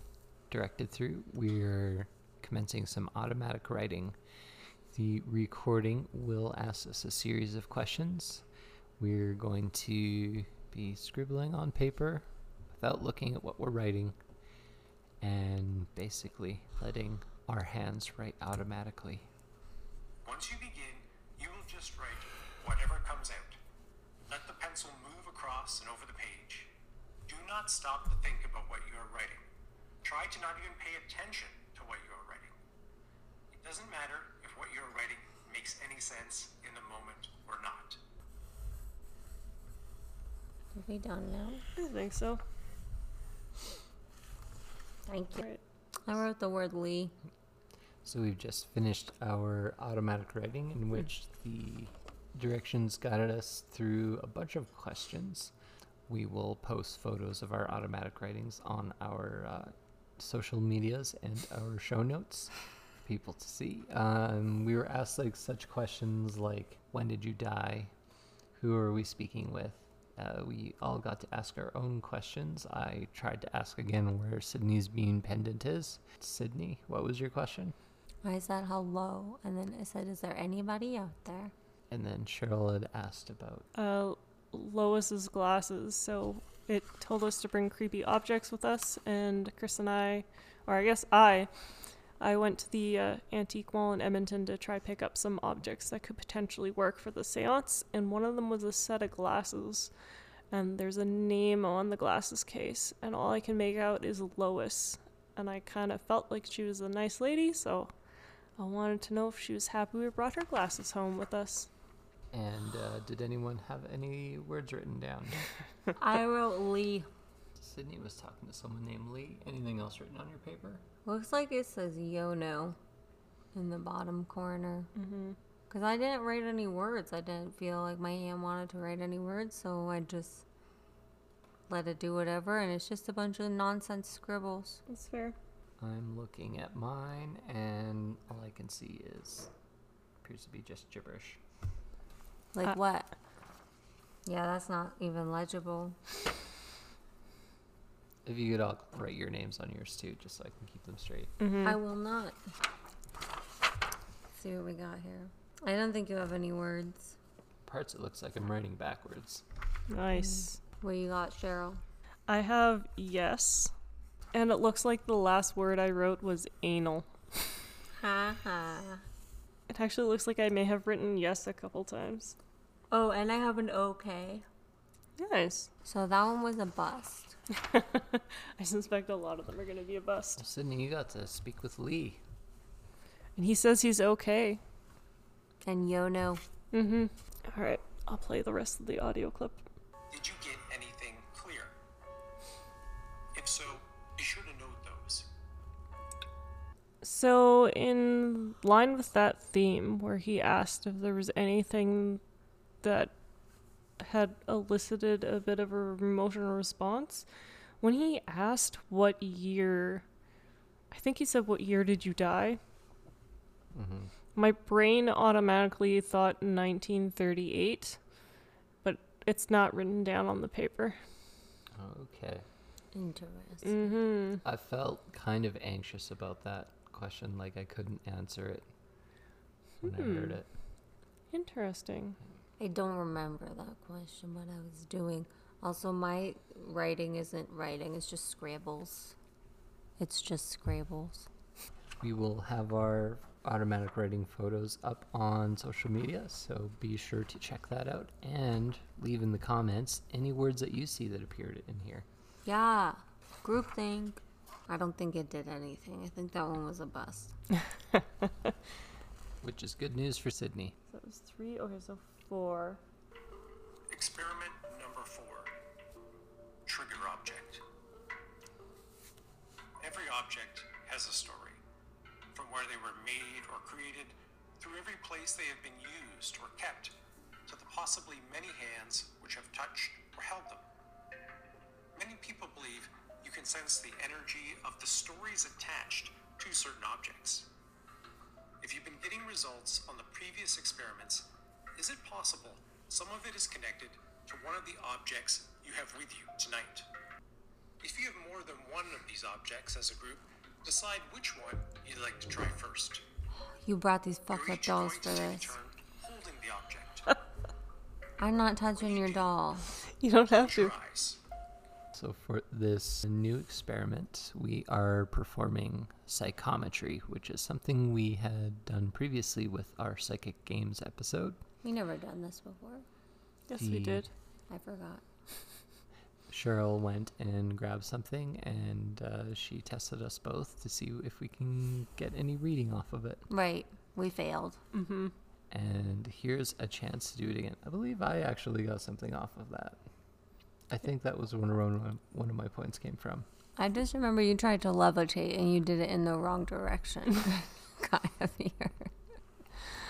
S3: directed through, we're commencing some automatic writing. The recording will ask us a series of questions. We're going to be scribbling on paper without looking at what we're writing and basically letting our hands write automatically.
S4: Once you begin, you will just write whatever comes out. Let the pencil move across and over the page. Do not stop to think about what you are writing. Try to not even pay attention to what you are writing. It doesn't matter if what you are writing makes any sense in the moment or not.
S1: Are we done now?
S2: I think so.
S1: Thank
S2: All
S1: you.
S2: right.
S1: I wrote the word Lee.
S3: So we've just finished our automatic writing in which the directions guided us through a bunch of questions. We will post photos of our automatic writings on our uh, social medias and our show notes for people to see. Um, we were asked like such questions like when did you die? Who are we speaking with? Uh, we all got to ask our own questions. I tried to ask again where Sydney's bean pendant is. Sydney, what was your question?
S1: I said hello, and then I said, "Is there anybody out there?"
S3: And then Cheryl had asked about.
S2: Uh, Lois's glasses. So it told us to bring creepy objects with us, and Chris and I, or I guess I, I went to the uh, antique mall in Edmonton to try pick up some objects that could potentially work for the séance, and one of them was a set of glasses. And there's a name on the glasses case, and all I can make out is Lois. And I kind of felt like she was a nice lady, so I wanted to know if she was happy we brought her glasses home with us.
S3: And uh, did anyone have any words written down?
S1: I wrote Lee.
S3: Sydney was talking to someone named Lee. Anything else written on your paper?
S1: Looks like it says Yono in the bottom corner. Because I didn't write any words. I didn't feel like my hand wanted to write any words, so I just let it do whatever, and it's just a bunch of nonsense scribbles.
S2: That's fair.
S3: I'm looking at mine, and all I can see is appears to be just gibberish.
S1: Like
S2: Uh,
S1: what? Yeah, that's not even legible.
S3: If you could all write your names on yours too, just so I can keep them straight.
S1: I will not. see what we got here. I don't think you have any words.
S3: Parts it looks like I'm writing backwards.
S2: Nice.
S1: What you got, Cheryl?
S2: I have yes, and it looks like the last word I wrote was anal.
S1: Ha ha.
S2: It actually looks like I may have written yes a couple times.
S1: Oh, and I have an okay.
S2: Nice.
S1: So that one was a bust.
S2: I suspect a lot of them are going to be a bust.
S3: Well, Sydney, you got to speak with Lee.
S2: And he says he's okay.
S1: And Yono.
S2: All right, I'll play the rest of the audio clip.
S4: Did you get anything clear? If so, be sure to note those.
S2: So, in line with that theme, where he asked if there was anything that had elicited a bit of a emotional response, when he asked what year, I think he said, What year did you die? My brain automatically thought 1938, but it's not written down on the paper.
S3: Okay.
S1: Interesting.
S2: Mm. Mm-hmm.
S3: I felt kind of anxious about that question, like I couldn't answer it when I heard it.
S2: Interesting.
S1: I don't remember that question, what I was doing. Also, my writing isn't writing, it's just scribbles. It's just scribbles.
S3: We will have our automatic writing photos up on social media, so be sure to check that out and leave in the comments any words that you see that appeared in here.
S1: Yeah, groupthink. I don't think it did anything. I think that one was a bust.
S3: Which is good news for Sydney.
S2: That was three, okay, so four.
S4: Experiment number four Trigger Object. Every object has a story, from where they were made or created, through every place they have been used or kept, to the possibly many hands which have touched or held them. Many people believe you can sense the energy of the stories attached to certain objects. If you've been getting results on the previous experiments, is it possible some of it is connected to one of the objects you have with you tonight? If you have more than one of these objects as a group, decide which one you'd like to try first.
S1: You brought these
S4: You're
S1: fucked up
S4: each
S1: dolls for
S4: going to take a
S1: this.
S4: turn holding the object.
S1: I'm not touching your doll.
S2: You don't have
S4: Close
S2: to.
S4: your eyes.
S3: So, for this new experiment, we are performing psychometry, which is something we had done previously with our psychic games episode.
S1: We never done this before.
S2: Yes, we
S3: The-
S2: did.
S1: I forgot.
S3: Cheryl went and grabbed something and uh, she tested us both to see if we can get any reading off of it.
S1: Right, we failed.
S2: Mm-hmm.
S3: And here's a chance to do it again. I believe I actually got something off of that. I think that was one around one of my points came from.
S1: I just remember you tried to levitate and you did it in the wrong direction. God of here.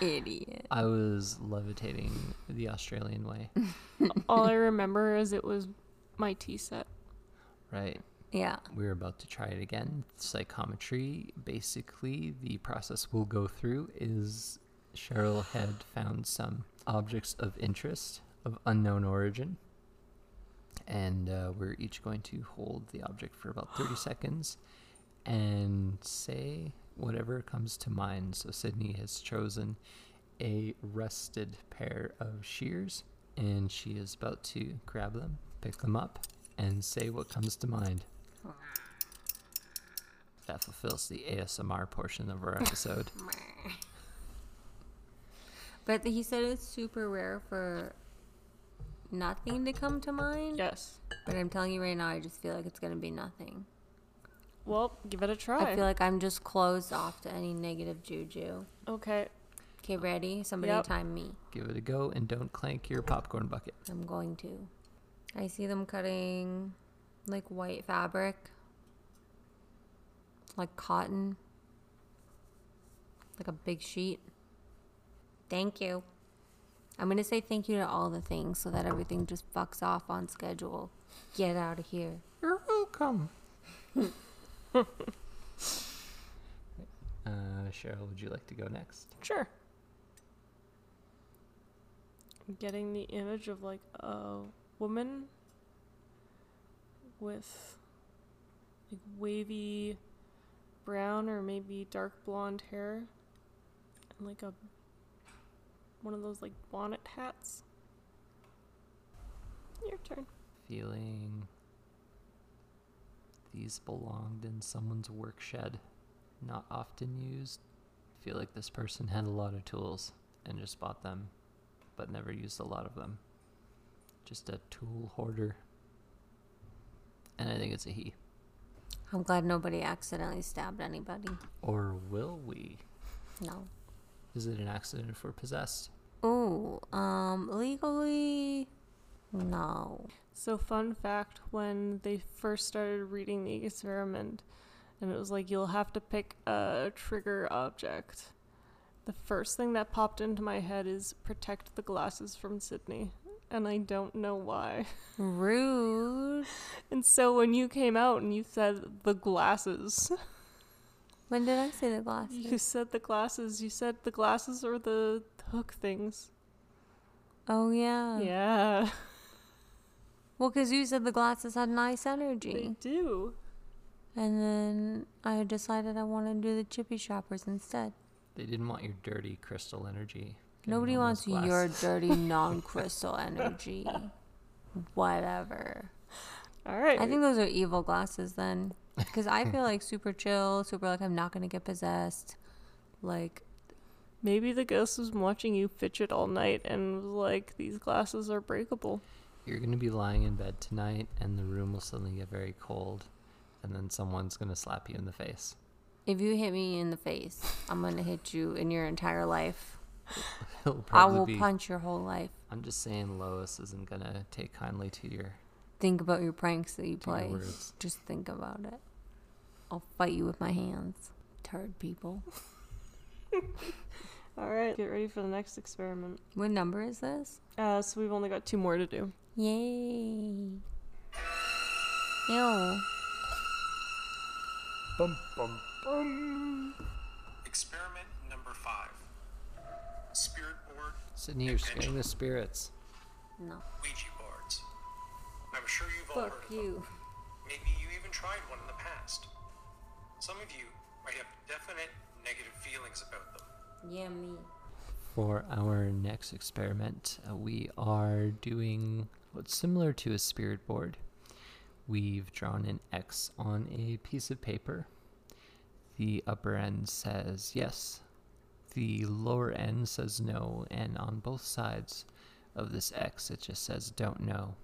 S1: Idiot.
S3: I was levitating the Australian way,
S2: All I remember is it was my tea set.
S3: right?
S1: Yeah.
S3: We're about to try it again. Psychometry, basically, the process we'll go through is Cheryl had found some objects of interest of unknown origin. And uh, we're each going to hold the object for about 30 seconds and say whatever comes to mind. So, Sydney has chosen a rusted pair of shears, and she is about to grab them, pick them up, and say what comes to mind. That fulfills the ASMR portion of our episode.
S1: But he said it's super rare for nothing to come to mind.
S2: Yes.
S1: But I'm telling you right now, I just feel like it's going to be nothing.
S2: Well, give it a try.
S1: I feel like I'm just closed off to any negative juju.
S2: okay.
S1: Okay, ready? Somebody
S2: Yep.
S1: time me.
S3: Give it a go and don't clank your popcorn bucket.
S1: I'm going to. I see them cutting like white fabric, like cotton, like a big sheet. Thank you. I'm going to say thank you to all the things so that everything just fucks off on schedule. Get out of here.
S3: You're welcome. uh, Cheryl, would you like to go next?
S2: Sure. I'm getting the image of like a woman with like wavy brown or maybe dark blonde hair and like a one of those like bonnet hats. Your turn.
S3: Feeling these belonged in someone's work shed, not often used. Feel like this person had a lot of tools and just bought them, but never used a lot of them. Just a tool hoarder. And I think it's a he.
S1: I'm glad nobody accidentally stabbed anybody.
S3: Or will we?
S1: No.
S3: Is it an accident if we're possessed?
S1: Ooh, um, legally, no.
S2: So, fun fact when they first started reading the experiment, and it was like, you'll have to pick a trigger object. The first thing that popped into my head is protect the glasses from Sydney. And I don't know why.
S1: Rude.
S2: And so when you came out and you said the glasses,
S1: When did I say the glasses?
S2: you said the glasses, you said the glasses or the hook things.
S1: Oh yeah.
S2: Yeah.
S1: Well, because you said the glasses had nice
S2: They
S1: energy,
S2: do.
S1: and then I decided I wanted to do the chippy shoppers instead.
S3: They didn't want your dirty crystal energy. getting
S1: Nobody
S3: on those
S1: wants your
S3: glasses.
S1: dirty non-crystal energy. Whatever.
S2: All right.
S1: I think those are evil glasses then, because I feel like super chill, super like I'm not gonna get possessed. Like
S2: Maybe the ghost was watching you fidget all night and was like, these glasses are breakable.
S3: You're gonna be lying in bed tonight, and the room will suddenly get very cold, and then someone's gonna slap you in the face.
S1: if you hit me in the face, I'm gonna hit you in your entire life.
S3: It'll
S1: I
S3: probably
S1: will
S3: be-
S1: punch your whole life.
S3: I'm just saying, Lois isn't gonna take kindly to your.
S1: Think about your pranks that you
S3: To your
S1: play.
S3: words.
S1: Just think about it. I'll fight you with my hands. Turd people.
S2: All right, get ready for the next experiment.
S1: What number is this?
S2: Uh, so we've only got two more to do.
S1: Yay. Ew.
S4: Experiment number five. Spirit board,
S3: Sydney, you're scaring the spirits.
S1: No.
S4: Ouija boards. I'm sure you've all
S1: Fuck
S4: heard of them.
S1: you.
S4: Maybe you even tried one in the past. Some of you might have definite negative feelings about them.
S1: Yeah, me.
S3: For our next experiment, uh, we are doing what's similar to a spirit board. We've drawn an X on a piece of paper. The upper end says yes, the lower end says no, and on both sides of this X, it just says don't know.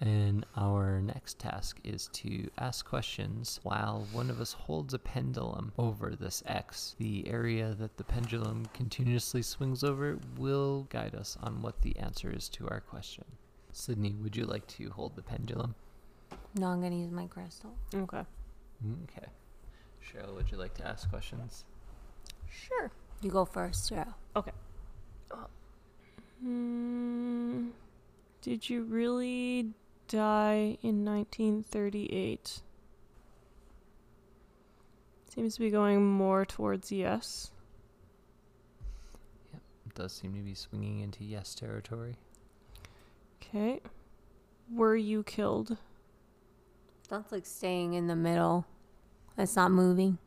S3: And our next task is to ask questions while one of us holds a pendulum over this X. The area that the pendulum continuously swings over will guide us on what the answer is to our question. Sydney, would you like to hold the pendulum?
S1: No, I'm gonna use my crystal.
S2: Okay.
S3: Mm, Okay. Cheryl, would you like to ask questions?
S2: Sure.
S1: You go first, Cheryl.
S2: Okay. Hmm. Did you really die in 1938? Seems to be going more towards yes.
S3: It does seem to be swinging into yes territory.
S2: Okay. Were you killed?
S1: That's like staying in the middle. It's not moving.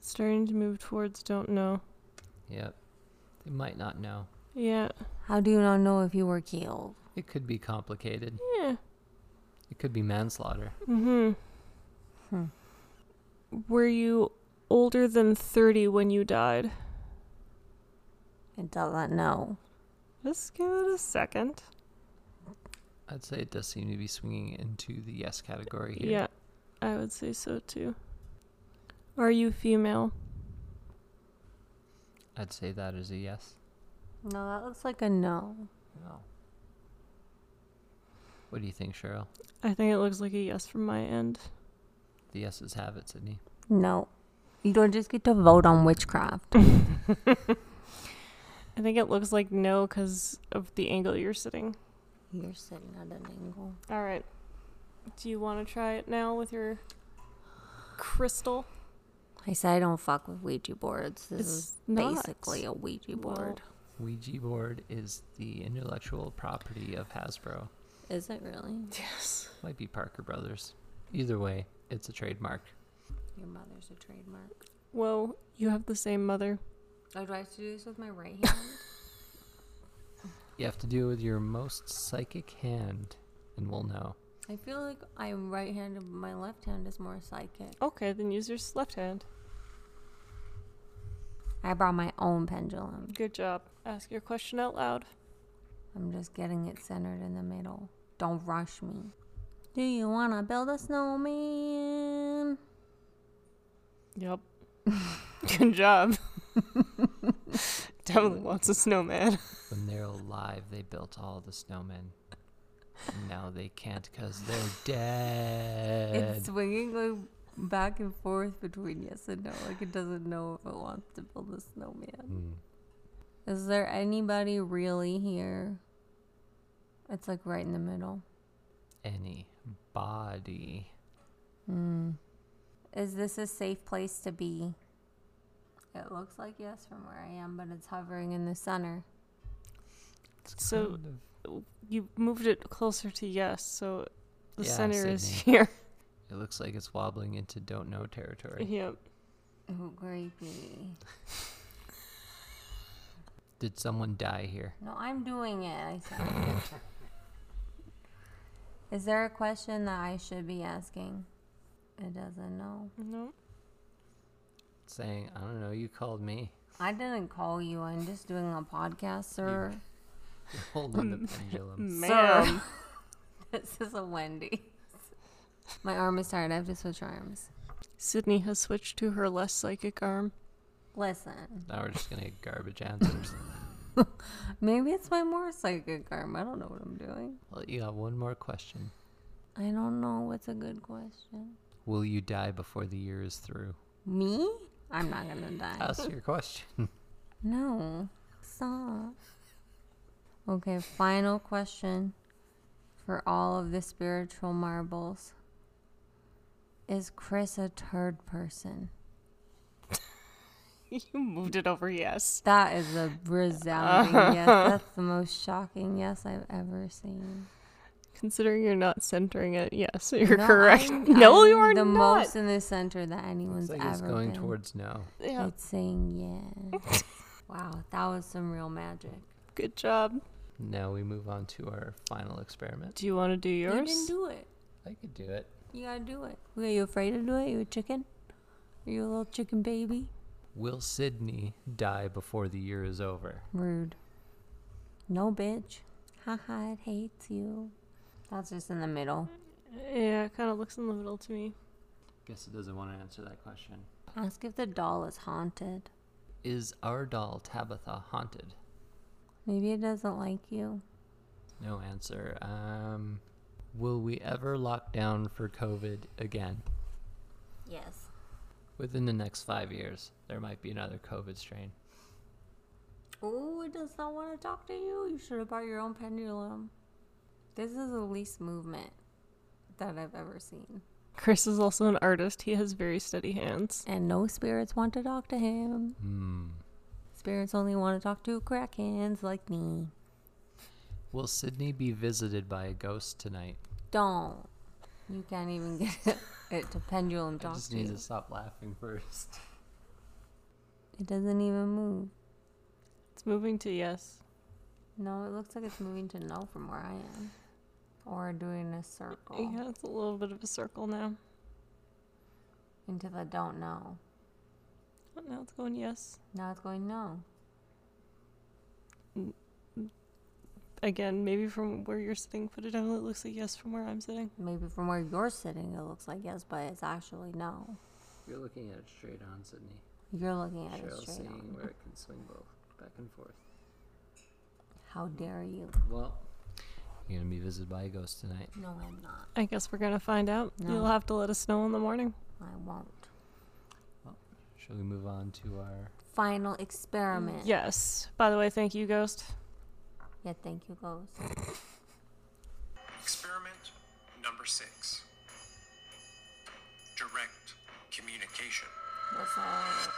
S2: Starting to move towards don't know.
S3: Yep. They might not know.
S2: Yeah.
S1: How do you not know if you were killed?
S3: It could be complicated.
S2: Yeah.
S3: It could be manslaughter.
S2: Mm-hmm. Hmm. Were you older than 30 when you died?
S1: It doesn't know.
S2: Just give it a second.
S3: I'd say it does seem to be swinging into the yes category here.
S2: Yeah, I would say so too. Are you female?
S3: I'd say that is a yes.
S1: No, that looks like a no.
S3: No. What do you think, Cheryl?
S2: I think it looks like a yes from my end.
S3: The yeses have it, Sydney.
S1: No. You don't just get to vote on witchcraft.
S2: I think it looks like no because of the angle you're sitting.
S1: You're sitting at an angle.
S2: All right. Do you want to try it now with your crystal?
S1: I said I don't fuck with Ouija boards. This
S2: It's
S1: is
S2: not.
S1: basically a Ouija
S2: Well-
S1: board.
S3: Ouija board is the intellectual property of Hasbro.
S1: Is it really?
S2: Yes.
S3: Might be Parker Brothers. Either way, it's a trademark.
S1: Your mother's a trademark.
S2: Whoa, you have the same mother.
S1: Oh, do I have to do this with my right hand?
S3: You have to do it with your most psychic hand, and we'll know.
S1: I feel like I'm right handed, but my left hand is more psychic.
S2: Okay, then use your s- left hand.
S1: I brought my own pendulum.
S2: Good job. Ask your question out loud.
S1: I'm just getting it centered in the middle. Don't rush me. Do you want to build a snowman?
S2: Yep. Good job. Definitely wants a snowman.
S3: When they're alive, they built all the snowmen. And Now they can't because they're dead.
S1: It's swinging like back and forth between yes and no. Like it doesn't know if it wants to build a snowman.
S3: Hmm.
S1: Is there anybody really here? It's like right in the middle.
S3: Any body.
S1: Hmm. Is this a safe place to be? It looks like yes from where I am, but it's hovering in the center.
S3: It's
S2: So-
S3: kind of-
S2: You moved it closer to yes, so the
S3: Yeah,
S2: center is
S3: Sydney.
S2: here.
S3: it looks like it's wobbling into don't know territory.
S1: Mm-hmm.
S2: Yep.
S1: Oh, creepy.
S3: Did someone die here?
S1: No, I'm doing it. I said. Is there a question that I should be asking? It doesn't know.
S2: No.
S3: Saying, I don't know, you called me.
S1: I didn't call you. I'm just doing a podcast, sir.
S3: You're holding
S1: Mm.
S3: the pendulum.
S2: Ma'am.
S1: This is a Wendy. My arm is tired. I have to switch arms.
S2: Sydney has switched to her less psychic arm.
S1: Listen,
S3: Now we're just going to get garbage answers.
S1: maybe it's my more psychic arm. I don't know what I'm doing.
S3: well, you got one more question.
S1: I don't know what's a good question.
S3: Will you die before the year is through?
S1: Me? I'm not gonna die.
S3: That's your question.
S1: No. Stop. Okay, final question for all of the spiritual marbles. Is Chris a turd person?
S2: you moved it over yes.
S1: That is a resounding yes. That's the most shocking yes I've ever seen.
S2: Considering you're not centering it, yes, you're
S1: No,
S2: correct.
S1: I'm-
S2: no, you
S1: I'm
S2: are
S1: the
S2: not.
S1: most in the center that anyone's
S3: It's like
S1: ever
S3: it's going
S1: been.
S3: towards no.
S2: yeah.
S1: It's saying yes. wow, that was some real magic.
S2: Good job.
S3: Now we move on to our final experiment.
S2: Do you want to do
S1: You
S2: yours?
S1: didn't do it.
S3: I could do it.
S1: You gotta do it. Were you afraid to do it? You a chicken? Are you a little chicken baby?
S3: Will Sydney die before the year is over?
S1: Rude. No, bitch. Haha, it hates you. That's just in the middle.
S2: yeah, it kind of looks in the middle to me.
S3: Guess it doesn't want to answer that question.
S1: Ask if the doll is haunted.
S3: Is our doll Tabitha haunted?
S1: Maybe it doesn't like you.
S3: No answer. Um, will we ever lock down for COVID again?
S1: Yes.
S3: Within the next five years, there might be another COVID strain.
S1: Oh, it does not want to talk to you. You should have brought your own pendulum. This is the least movement that I've ever seen.
S2: Chris is also an artist. He has very steady hands.
S1: And no spirits want to talk to him.
S3: Hmm.
S1: Spirits only want to talk to crackheads like me.
S3: Will Sydney be visited by a ghost tonight?
S1: Don't. You can't even get it to pendulum
S3: I
S1: talk
S3: just
S1: to
S3: need
S1: you.
S3: to stop laughing first.
S1: It doesn't even move.
S2: It's moving to yes.
S1: No, it looks like it's moving to no from where I am. Or doing a circle
S2: Yeah, it's a little bit of a circle now.
S1: into the don't know.
S2: Oh, Now it's going yes.
S1: Now it's going no.
S2: Again, maybe from where you're sitting, put it down. It looks like yes from where I'm sitting.
S1: Maybe from where you're sitting, it looks like yes, but it's actually no.
S3: You're looking at it straight on, Sydney.
S1: You're looking at it
S5: shall
S1: straight
S5: seeing
S1: on.
S5: where it can swing both back and forth.
S1: How dare you?
S5: Well,
S3: You're gonna be visited by a ghost tonight.
S1: No, I'm not.
S2: I guess we're gonna find out. You'll
S1: No.
S2: have to let us know in the morning.
S1: I won't.
S3: Shall we move on to our?
S1: Final experiment.
S2: Yes. By the way, thank you, Ghost.
S1: Yeah, thank you, Ghost.
S4: Experiment number six direct communication.
S1: What's up?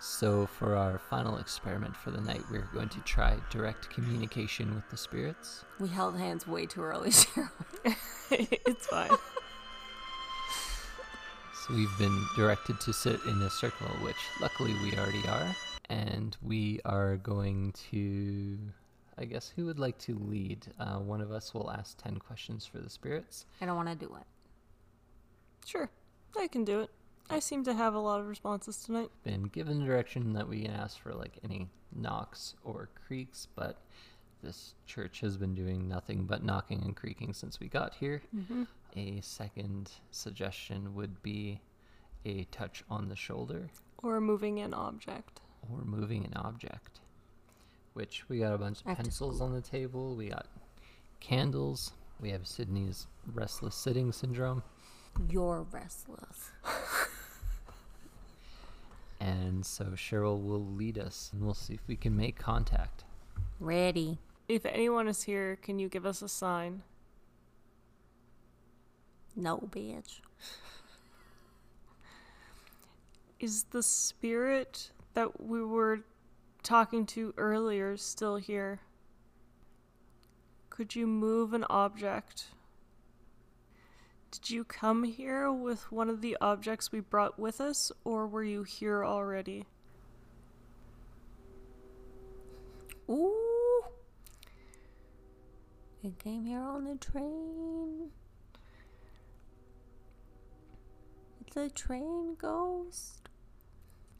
S3: So for our final experiment for the night, we're going to try direct communication with the spirits.
S1: We held hands way too early, Cheryl.
S2: it's fine.
S3: So we've been directed to sit in a circle, which luckily we already are, and we are going to. I guess who would like to lead? Uh, one of us will ask ten questions for the spirits.
S1: I don't want to do it.
S2: Sure. I can do it. I seem to have a lot of responses tonight.
S3: been given the direction that we can ask for like any knocks or creaks, but this church has been doing nothing but knocking and creaking since we got here. A second suggestion would be a touch on the shoulder
S2: Or moving an object.
S3: or moving an object. Which we got a bunch of
S1: Act-
S3: pencils on the table, we got candles, we have Sydney's restless sitting syndrome,
S1: You're restless.
S3: and so Cheryl will lead us and we'll see if we can make contact.
S1: Ready.
S2: If anyone is here, can you give us a sign?
S1: No, bitch.
S2: Is the spirit that we were talking to earlier still here? Could you move an object? Did you come here with one of the objects we brought with us, or were you here already?
S1: Ooh. It came here on the train. It's a train ghost.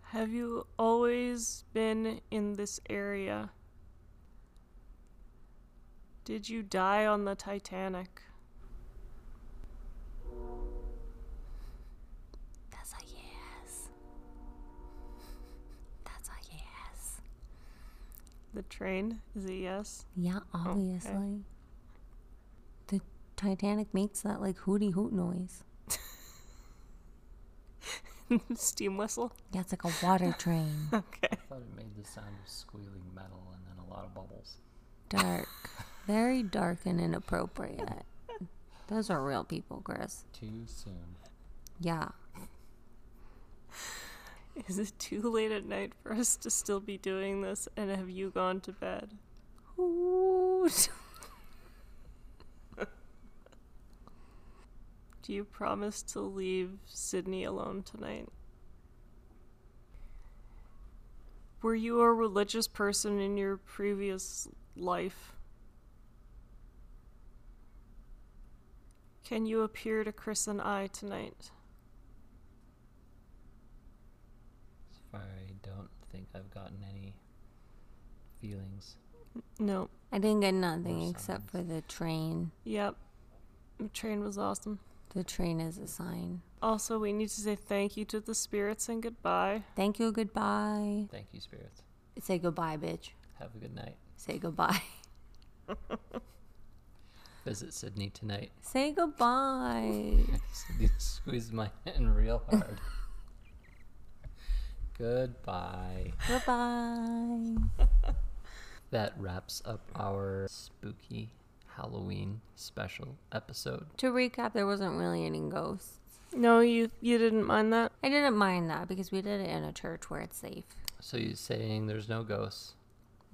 S2: Have you always been in this area? Did you die on the Titanic?
S1: That's a yes. That's a yes.
S2: The train is a yes.
S1: Yeah, obviously. The Titanic makes that like hooty hoot noise.
S2: Steam whistle.
S1: Yeah, it's like a water train.
S2: Okay.
S3: I thought it made the sound of squealing metal and then a lot of bubbles.
S1: dark. Very dark and inappropriate. Those are real people, Chris.
S3: Too soon.
S1: Yeah.
S2: Is it too late at night for us to still be doing this? And have you gone to bed?
S1: Hoot.
S2: Do you promise to leave Sydney alone tonight? Were you a religious person in your previous life? Can you appear to Chris and I tonight?
S3: So far, I don't think I've gotten any feelings.
S2: No.
S1: I didn't get nothing
S3: More
S1: except for the train.
S2: Yep. The train was awesome.
S1: The train is a sign.
S2: Also, we need to say thank you to the spirits and goodbye.
S1: Thank you, goodbye.
S3: Thank you, spirits.
S1: Say goodbye, bitch.
S3: Have a good night.
S1: Say goodbye.
S3: Visit Sydney tonight.
S1: Say goodbye.
S3: Sydney squeezed my hand real hard. Goodbye.
S1: goodbye.
S3: That wraps up our spooky Halloween special episode.
S1: To recap, there wasn't really any ghosts.
S2: No, you you didn't mind that.
S1: I didn't mind that because we did it in a church where it's safe.
S3: So you're saying there's no ghosts.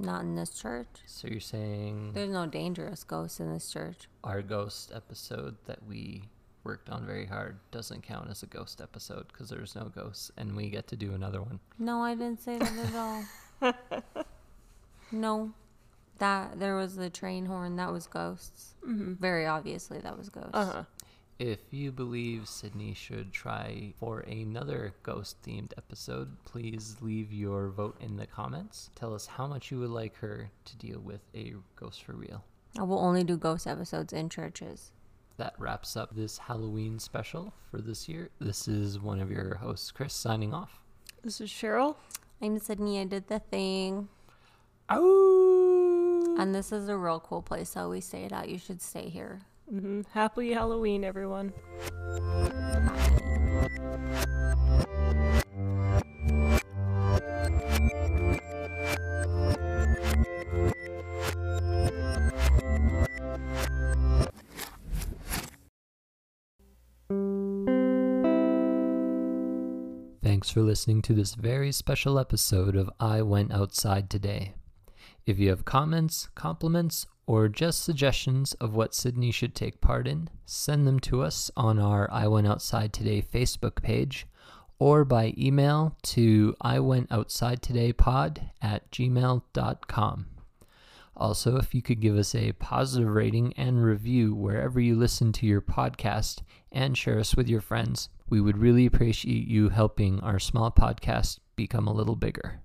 S1: Not in this church.
S3: So you're saying
S1: There's no dangerous ghosts in this church.
S3: our ghost episode that we worked on very hard doesn't count as a ghost episode because there's no ghosts and we get to do another one.
S1: No, I didn't say that at all. no, that there was the train horn. That was ghosts. Very obviously, that was ghosts.
S2: Uh-huh.
S3: If you believe Sydney should try for another ghost themed episode, please leave your vote in the comments. Tell us how much you would like her to deal with a ghost for real.
S1: I will only do ghost episodes in churches.
S3: that wraps up this Halloween special for this year. This is one of your hosts, Chris, signing off.
S2: This is Cheryl.
S1: I'm Sydney. I did the thing.
S2: Oh.
S1: And this is a real cool place. I always say it out. You should stay here.
S2: hmm Happy Halloween, everyone.
S3: Thanks for listening to this very special episode of I Went Outside Today. If you have comments, compliments, or just suggestions of what Sydney should take part in, send them to us on our I Went Outside Today Facebook page or by email to I Went Outside Today pod at gmail.com. Also, if you could give us a positive rating and review wherever you listen to your podcast and share us with your friends, we would really appreciate you helping our small podcast become a little bigger.